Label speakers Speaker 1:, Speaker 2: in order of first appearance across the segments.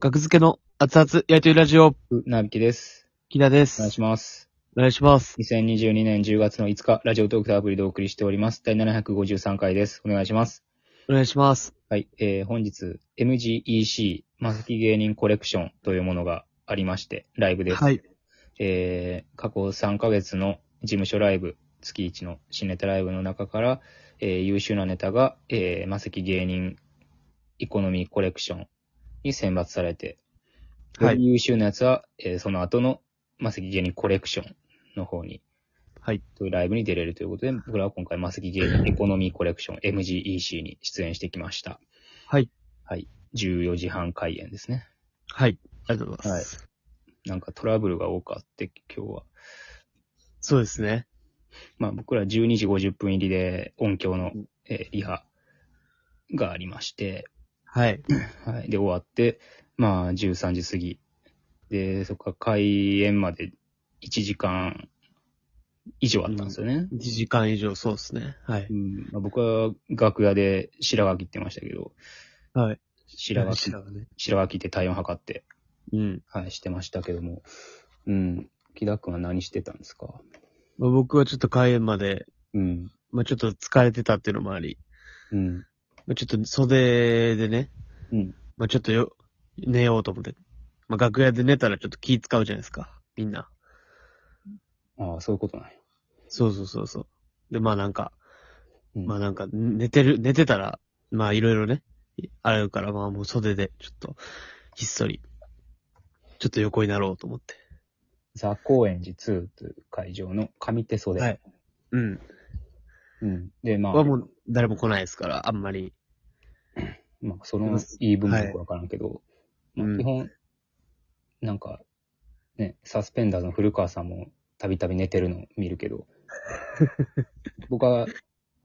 Speaker 1: 学付けの熱々やりとりラジオ、
Speaker 2: ふなびきです。
Speaker 1: 木田で
Speaker 2: お願い
Speaker 1: す。
Speaker 2: します。
Speaker 1: お願いします。
Speaker 2: 2022年10月の5日、ラジオトークターアプリでお送りしております。第753回です。お願いします。
Speaker 1: お願いします。
Speaker 2: はい、えー、本日、MGEC、マスキ芸人コレクションというものがありまして、ライブです。
Speaker 1: はい。
Speaker 2: えー、過去3ヶ月の事務所ライブ、月1の新ネタライブの中から、えー、優秀なネタが、えー、マセキ芸人イコノミーコレクションに選抜されて、
Speaker 1: はい
Speaker 2: より優秀なやつは、えー、その後のマセキ芸人コレクションの方に、
Speaker 1: はい。
Speaker 2: というライブに出れるということで、僕らは今回マセキ芸人エコノミーコレクション MGEC に出演してきました。
Speaker 1: はい。
Speaker 2: はい。14時半開演ですね。
Speaker 1: はい。ありがとうございます。
Speaker 2: なんかトラブルが多かって、今日は。
Speaker 1: そうですね。
Speaker 2: まあ僕ら12時50分入りで音響の、えーリハがありまして、
Speaker 1: はい。
Speaker 2: はい。で、終わって、まあ13時過ぎ。で、そこから開演まで1時間以上あったんですよね。
Speaker 1: 1時間以上、そうですね。はい。
Speaker 2: うんまあ、僕は楽屋で白髪切ってましたけど、
Speaker 1: はい。
Speaker 2: 白髪、
Speaker 1: 白髪ね。
Speaker 2: 白髪切って体温測って、
Speaker 1: うん。
Speaker 2: はい、してましたけども。うん。木田くんは何してたんですか
Speaker 1: まあ、僕はちょっと開演まで、
Speaker 2: うん。
Speaker 1: まあ、ちょっと疲れてたっていうのもあり、
Speaker 2: うん。
Speaker 1: まあ、ちょっと袖でね、
Speaker 2: うん。
Speaker 1: まあ、ちょっとよ、寝ようと思って。まあ、楽屋で寝たらちょっと気使うじゃないですか。みんな。
Speaker 2: ああ、そういうことなんや。
Speaker 1: そうそうそうそう。で、まあなんか、
Speaker 2: うん
Speaker 1: まあなんか、寝てる、寝てたら、まあいろいろね、あるから、まあもう袖で、ちょっと、ひっそり、ちょっと横になろうと思って。
Speaker 2: ザ・高円寺2という会場の上手袖。
Speaker 1: はいうん。
Speaker 2: うん。で、まあ、
Speaker 1: はもう、誰も来ないですから、あんまり。
Speaker 2: まあ、その言い分もよくわからんけど、
Speaker 1: い
Speaker 2: まあ基本、なんか、ね、サスペンダーズの古川さんもたびたび寝てるの見る けど、僕は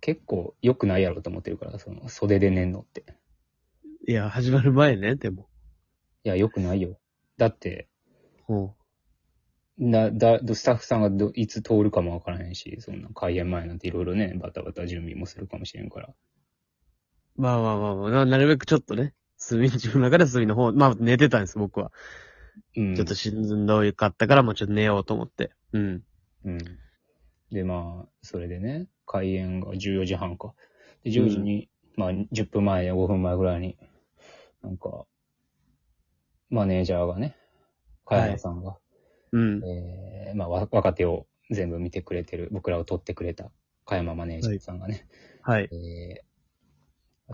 Speaker 2: 結構良くないやろうと思ってるから、その袖で寝んのって。い
Speaker 1: いや、始まる前ね、でも。
Speaker 2: や、良くないよ。だって、
Speaker 1: ほ
Speaker 2: な、だ、スタッフさんがどいつ通るかもわからへんし、そんな開演前なんていろいろね、バタバタ準備もするかもしれんから。
Speaker 1: う。まあまあまあまあ、ななるべくちょっとね、隅、自分の中で隅の方、まあ寝てたんです、僕は。
Speaker 2: うん。
Speaker 1: ちょっとしんどいかったから、もうちょっと寝ようと思って。うん。
Speaker 2: うん。で、まあ、それでね、開演が14時半か。で、10時に、まあ、10分前や5分前ぐらいに、なんか、マネージャーがね、
Speaker 1: はい
Speaker 2: 茅野さんが、
Speaker 1: うん。
Speaker 2: えーまあ、わ若手を全部見てくれてる、僕らを撮ってくれた、茅山マネージャーさんがね、
Speaker 1: はい。
Speaker 2: えー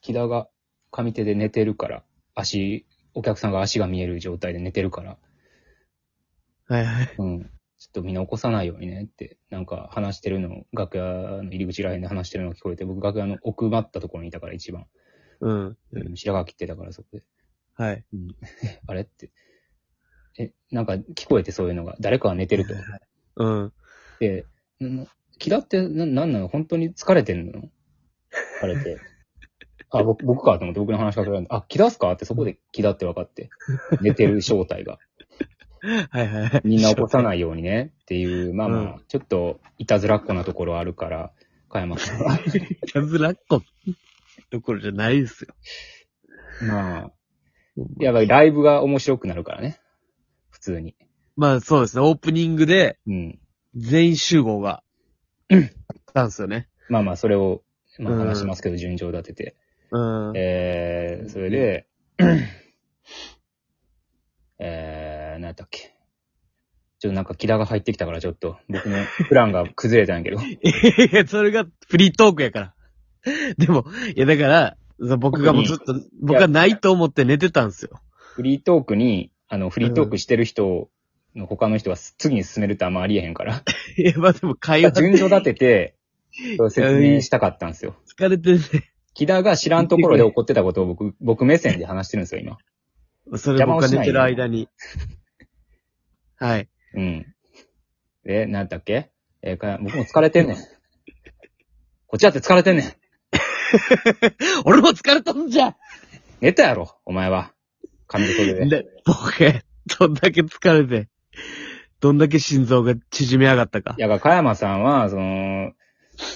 Speaker 2: 木田が上手で寝てるから、足、お客さんが足が見える状態で寝てるから、
Speaker 1: はいはい。
Speaker 2: うん。ちょっとみんな起こさないようにねって、なんか話してるの、楽屋の入り口らへんで話してるのが聞こえて、僕楽屋の奥まったところにいたから一番。
Speaker 1: うん。
Speaker 2: うん白髪切ってたからそこで。
Speaker 1: はい。
Speaker 2: あれって。え、なんか聞こえてそういうのが。誰かが寝てると。
Speaker 1: うん。
Speaker 2: で、 ん気だってな、なんなの本当に疲れてんの疲れて。あ、僕、僕かと思って僕の話しかけられて、あ、気だすかってそこで気だって分かって。寝てる正体が。
Speaker 1: はいはいはい。
Speaker 2: みんな起こさないようにねっていう、まあまあ、
Speaker 1: う
Speaker 2: ちょっといたずらっ子なところあるから、加山さ んは。
Speaker 1: いたずらっこ、どころじゃないですよ。
Speaker 2: まあ、やっぱりライブが面白くなるからね。普通に。
Speaker 1: まあそうですね、オープニングで
Speaker 2: うん。
Speaker 1: 全員集合が、あったんですよね。
Speaker 2: まあまあ、それを、まあ
Speaker 1: うん
Speaker 2: 話しますけど、順調立てて。
Speaker 1: うん。
Speaker 2: えー、それで、えー、何やったっけ。ちょっとなんか、木田が入ってきたから、ちょっと、僕のプランが崩れた んやけど。
Speaker 1: いや、それがフリートークやから。でも、いやだから、そう僕がもうずっと、僕がないと思って寝てたんですよ。
Speaker 2: フリートークに、あの、フリートークしてる人の他の人が次に進めるってあんまありえへんから。
Speaker 1: いや、まあでも会話
Speaker 2: 順序立て て、そう説明したかったんですよ。
Speaker 1: 疲れてる
Speaker 2: 木田が知らんところで怒ってたことを僕、僕目線で話してるんですよ、今。
Speaker 1: ね。それ僕が寝てる間に。はい。
Speaker 2: うん。で、なんだっけえーか僕も疲れてんね ん。こっちだって疲れてんねん。
Speaker 1: 俺も疲れたんじゃ
Speaker 2: 寝たやろ、お前は。髪の毛で。
Speaker 1: で、僕、どんだけ疲れて、どんだけ心臓が縮み上がったか
Speaker 2: い。や、加山さんは、その、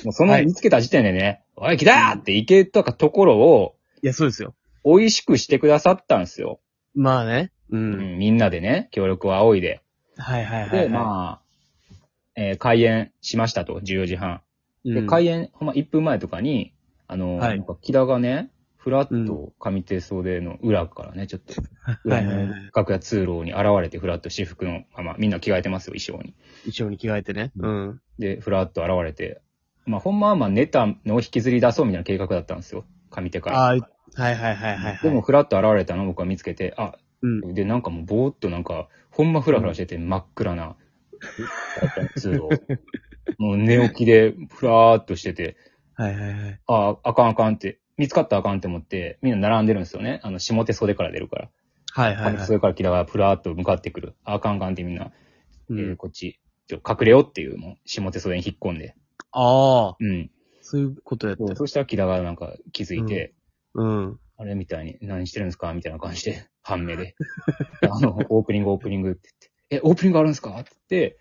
Speaker 2: もうその
Speaker 1: はい
Speaker 2: 見つけた時点でね、おい、木田っていけたところを、
Speaker 1: いや、そうですよ。
Speaker 2: 美味しくしてくださったんですよ。
Speaker 1: まあね。う。
Speaker 2: うんん、みんなでね、協力を仰いで。
Speaker 1: はいはいはい、は
Speaker 2: で、
Speaker 1: い。
Speaker 2: まあ、えー開演しましたと、14時半。
Speaker 1: う
Speaker 2: で、
Speaker 1: ん
Speaker 2: 開演、ほんま1分前とかに、あの、
Speaker 1: はい
Speaker 2: なんか、木田がね、ふらっと上手袖の裏からね、ちょっと、
Speaker 1: は
Speaker 2: 裏
Speaker 1: い はい
Speaker 2: の
Speaker 1: はい。
Speaker 2: 楽屋通路に現れて、ふらっと私服のまま、みんな着替えてますよ、衣装に。
Speaker 1: 一応に着替えてね。うん。
Speaker 2: で、ふらっと現れて、まあ、ほんまはまあ、ネタの引きずり出そうみたいな計画だったんですよ、上手から。
Speaker 1: ああ、はいはいはいはいはい。
Speaker 2: でも、、ふらっと現れたのを僕は見つけて、あ、
Speaker 1: うん。
Speaker 2: で、なんかもうぼーっとなんか、ほんまふらふらしてて真っ暗な、通路。もう寝起きでふらーっとしてて、
Speaker 1: はいはいはい。
Speaker 2: ああ、あかんあかんって、見つかったらあかんって思って、みんな並んでるんですよね。あの、下手袖から出るから。
Speaker 1: はいはい
Speaker 2: 上手
Speaker 1: はい。
Speaker 2: 袖から木田がふらーっと向かってくる。ああかんあかんってみんな、
Speaker 1: う
Speaker 2: えー
Speaker 1: ん、
Speaker 2: こっち、ちょ隠れようっていう、もう、下手袖に引っ込んで。
Speaker 1: ああ、
Speaker 2: うん。
Speaker 1: そういうことやって
Speaker 2: そう
Speaker 1: る。
Speaker 2: そしたら木田がなんか気づいて、
Speaker 1: うん。
Speaker 2: あれみたいに、何してるんですかみたいな感じで、半目で。であの、オープニング、オープニングって言って、え、オープニングあるんですかって言って、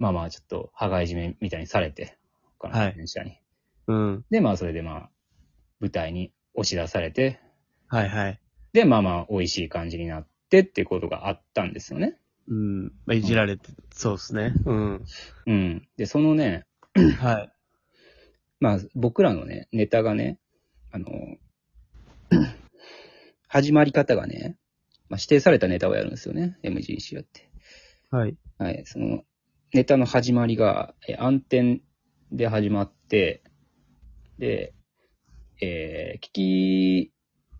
Speaker 2: まあまあ、ちょっと、羽交い締めみたいにされて、他の
Speaker 1: はい
Speaker 2: 電車に。
Speaker 1: うん。
Speaker 2: で、まあ、それでまあ、舞台に押し出されて、
Speaker 1: はいはい。
Speaker 2: で、まあまあ、美味しい感じになってってことがあったんですよね。
Speaker 1: うん。まあ、いじられて、そうですね。うん。
Speaker 2: うん。で、そのね、
Speaker 1: はい。
Speaker 2: まあ、僕らのね、ネタがね、あの、 始まり方がね、まあ、指定されたネタをやるんですよね、MGC やって。
Speaker 1: はい。
Speaker 2: はい、その、ネタの始まりが、え暗転で始まって、で、えー、キキー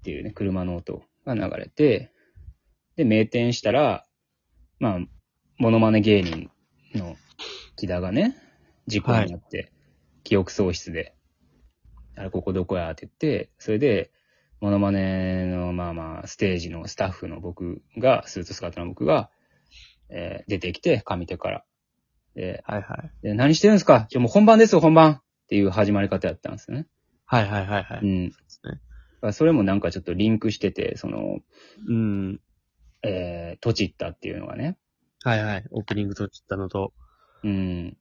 Speaker 2: っていうね、車の音が流れて、で、名店したら、まあ、モノマネ芸人の木田がね、事故になって、記憶喪失で、あれ、ここどこやって言って、それで、モノマネの、まあまあ、ステージのスタッフの僕が、スーツスカートの僕が、えー出てきて、上手から。で、
Speaker 1: はいはい。
Speaker 2: で何してるんですかじゃあもう本番ですよ、本番っていう始まり方やったんですよね。
Speaker 1: はいはいはいは
Speaker 2: う
Speaker 1: い。
Speaker 2: ん。だ
Speaker 1: すね
Speaker 2: からそれもなんかちょっとリンクしてて、その、
Speaker 1: うん。
Speaker 2: えー、とちったっていうのがね。
Speaker 1: はいはい。オープニングと切ったのと。
Speaker 2: うん。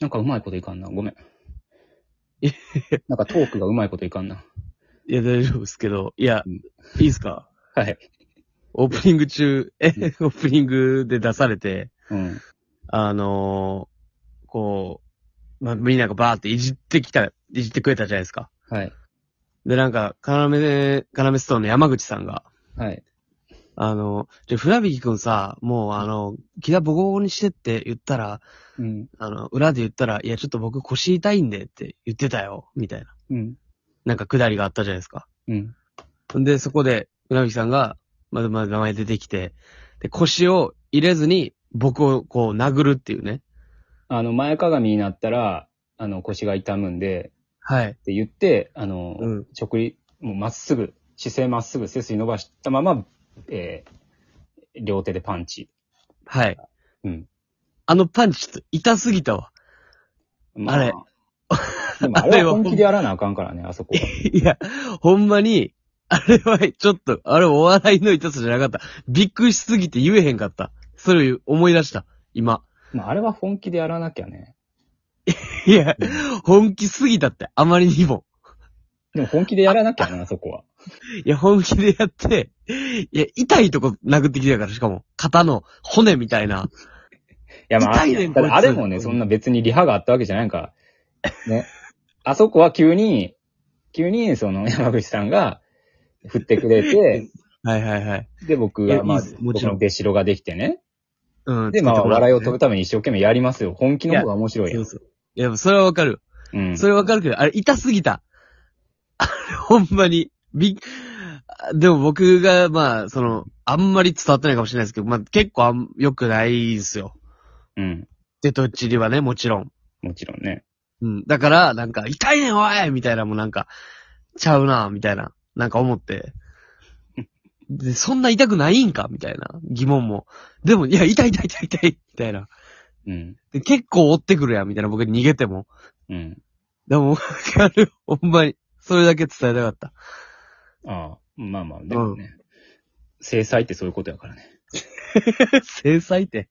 Speaker 2: なんかうまいこといかんな。ごめん
Speaker 1: いや。
Speaker 2: なんかトークがうまいこといかんな。
Speaker 1: いや、大丈夫ですけど。いや
Speaker 2: うん、
Speaker 1: いいですか
Speaker 2: はい。
Speaker 1: オープニング中、 え、オ
Speaker 2: うん
Speaker 1: ープニングで出されて、
Speaker 2: うん。
Speaker 1: あのーこう、まあ、みんながバーっていじってきた、いじってくれたじゃないですか。
Speaker 2: はい。
Speaker 1: で、なんか、カラメで、カラメストーンの山口さんが、
Speaker 2: はい。
Speaker 1: あの、じゃ、フラビキ君さ、もうあの、木田ボコボコにしてって言ったら、
Speaker 2: うん。
Speaker 1: あの、裏で言ったら、いや、ちょっと僕腰痛いんでって言ってたよ、みたいな。
Speaker 2: うん。
Speaker 1: なんか、くだりがあったじゃないですか。
Speaker 2: うん。
Speaker 1: で、そこで、船引さんが、まだまだ名前出てきて、で、腰を入れずに、僕をこう殴るっていうね。
Speaker 2: あの、前かがみになったら、あの、腰が痛むんで、
Speaker 1: はい。
Speaker 2: って言って、あの、
Speaker 1: うん
Speaker 2: 直立、もうまっすぐ、姿勢まっすぐ、背筋伸ばしたまま、えー両手でパンチ。
Speaker 1: はい。
Speaker 2: うん。
Speaker 1: あのパンチちょっと痛すぎたわ。
Speaker 2: ま
Speaker 1: あれ。
Speaker 2: でもあ れは本気でやらなあかんからね、あそこは。
Speaker 1: いや、ほんまに、あれはちょっと、あれお笑いの痛さじゃなかった。びっくりしすぎて言えへんかった。それを思い出した。今。
Speaker 2: まあ、あれは本気でやらなきゃね。
Speaker 1: いや、本気すぎたって、あまりにも。
Speaker 2: でも本気でやらなきゃね、あそこは。
Speaker 1: いや、本気でやって、いや、痛いとこ殴ってきてたから、しかも、肩の骨みたいな。
Speaker 2: いや、まあ、
Speaker 1: 痛いねん
Speaker 2: ただ
Speaker 1: こいつ
Speaker 2: あれもね、そんな別にリハがあったわけじゃないから。ね。あそこは急に、急に、その、山口さんが、振ってくれ て、
Speaker 1: はいはいはい。
Speaker 2: で、僕
Speaker 1: いや
Speaker 2: が、まあ
Speaker 1: いいです、も
Speaker 2: 僕
Speaker 1: ちろん
Speaker 2: の出しろができてね。
Speaker 1: うん。
Speaker 2: で、まあ、
Speaker 1: 作ってもらって
Speaker 2: 笑いを取るために一生懸命やりますよ。本気の方が面白い
Speaker 1: そ
Speaker 2: よ
Speaker 1: う。そう。いや、それはわかる。
Speaker 2: うん。
Speaker 1: それわかるけど、あれ痛すぎた。 あれ、ほんまに。びっ、あでも僕が、まあ、その、あんまり伝わってないかもしれないですけど、まあ結構あん良くないですよ。
Speaker 2: うん。
Speaker 1: で、どっちりはね、もちろん。
Speaker 2: もちろんね。
Speaker 1: うん。だから、なんか、痛いねん、おいみたいなもなんか、ちゃうな、みたいな、なんか思って。で、そんな痛くないんかみたいな疑問も。でも、いや、痛い痛い痛い痛いみたいな。
Speaker 2: うん。
Speaker 1: で、結構追ってくるやん、みたいな、僕逃げても。
Speaker 2: うん。
Speaker 1: でも、わかる。ほんまに。それだけ伝えたかった。
Speaker 2: ああ、まあまあ、でもね。制裁ってそういうことやからね。
Speaker 1: 制裁って。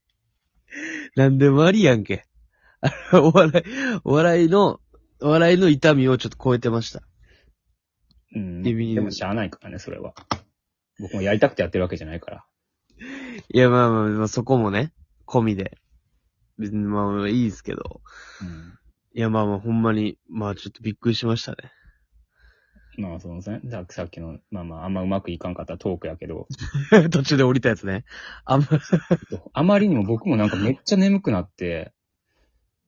Speaker 1: なんでもありやんけ。 あれお笑い、お笑いの、お笑いの痛みをちょっと超えてました。
Speaker 2: うん。
Speaker 1: ビビる
Speaker 2: でも、しゃあないからね、それは。僕もやりたくてやってるわけじゃないから。
Speaker 1: いや、まあまあ、まあ、そこもね、込みで。別にまあまあ、いいですけど。
Speaker 2: うん。
Speaker 1: いや、まあまあ、ほんまに、まあちょっとびっくりしましたね。
Speaker 2: まあ、そのさ、ささっきの、まあまあ、あんまうまくいかんかったトークやけど、
Speaker 1: 途中で降りたやつね。あんま、
Speaker 2: あまりにも僕もなんかめっちゃ眠くなって、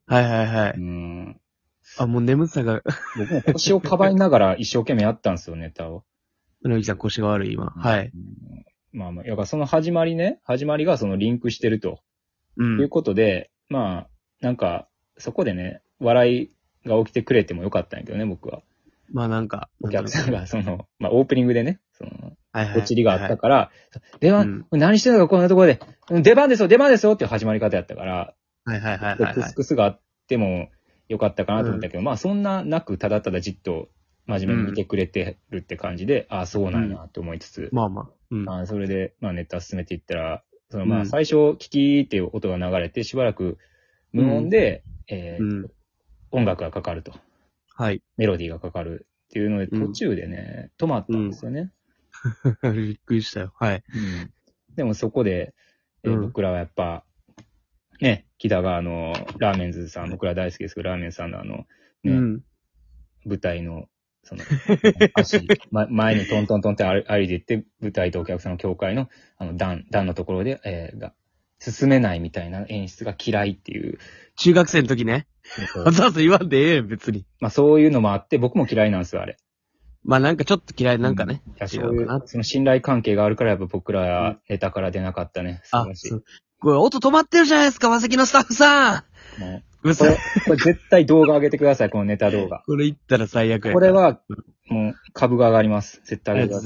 Speaker 1: はいはいは
Speaker 2: う
Speaker 1: い。
Speaker 2: ん。
Speaker 1: あ、もう眠さが、
Speaker 2: 僕も腰をかばいながら一生懸命やったんですよ、ネタを。
Speaker 1: うなぎさん腰が悪い今。はい。
Speaker 2: うん。まあまあ、だからその始まりね、始まりがそのリンクしてると。
Speaker 1: う。
Speaker 2: いうんことで、まあ、なんか、そこでね、笑いが起きてくれてもよかったんやけどね、僕は。
Speaker 1: まあなんか、
Speaker 2: お客さん
Speaker 1: なん
Speaker 2: が、その、まあ、オープニングでね、その、
Speaker 1: となく、はいはい。
Speaker 2: おちりがあった
Speaker 1: か
Speaker 2: から、出番、何してんのか、こんなところで、うん出番ですよ、出番ですよっていう始まり方やったから、
Speaker 1: はいはいはいはい
Speaker 2: ク
Speaker 1: は
Speaker 2: ス
Speaker 1: い。
Speaker 2: クスがあってもよかったかなと思ったけど、まあ、そんななく、ただただじっと真面目に見てくれてるって感じで、ああ、そうなんやと思いつつ、
Speaker 1: まあまあ。うん。
Speaker 2: まあ、それで、まあ、ネタ進めていったら、そのま
Speaker 1: う
Speaker 2: あ、
Speaker 1: ん
Speaker 2: 最初、キキーっていう音が流れて、しばらく無音で、えー
Speaker 1: うん。
Speaker 2: 音楽がかかると、
Speaker 1: はい。
Speaker 2: メロディーがかかるっていうので、
Speaker 1: うん
Speaker 2: 途中でね、止まったんですよね。
Speaker 1: びっくりしたよ。はい。
Speaker 2: でも、そこで、えー
Speaker 1: うん
Speaker 2: 僕らはやっぱ、ね、木田があの、ラーメンズさん、僕ら大好きですけど、ラーメンズさんのあの、
Speaker 1: う
Speaker 2: ね、
Speaker 1: ん。
Speaker 2: 舞台の、その、 足、ま、前にトントントンって歩歩いていって、舞台とお客さんの境界の、あの、段、段のところで、えーが、進めないみたいな演出が嫌いって いう、
Speaker 1: 中学生の時ね。わざわざ言わんでええよ、別に。
Speaker 2: まあそういうのもあって、僕も嫌いなんですよ、あれ。
Speaker 1: まあなんかちょっと嫌い、なんかね。
Speaker 2: いや、
Speaker 1: 違
Speaker 2: そうういう
Speaker 1: かな、
Speaker 2: その信頼関係があるから、やっぱ僕
Speaker 1: う
Speaker 2: ら、ネタから出なかったね。素
Speaker 1: あ
Speaker 2: 晴ら、しい。
Speaker 1: そう。これ音止まってるじゃないですか、マセキのスタッフさん
Speaker 2: もう
Speaker 1: 嘘
Speaker 2: これ、 これ絶対動画上げ てください、このネタ動画。
Speaker 1: これ言ったら最悪やから。
Speaker 2: これは、もう、株が上がります。絶対上げてください。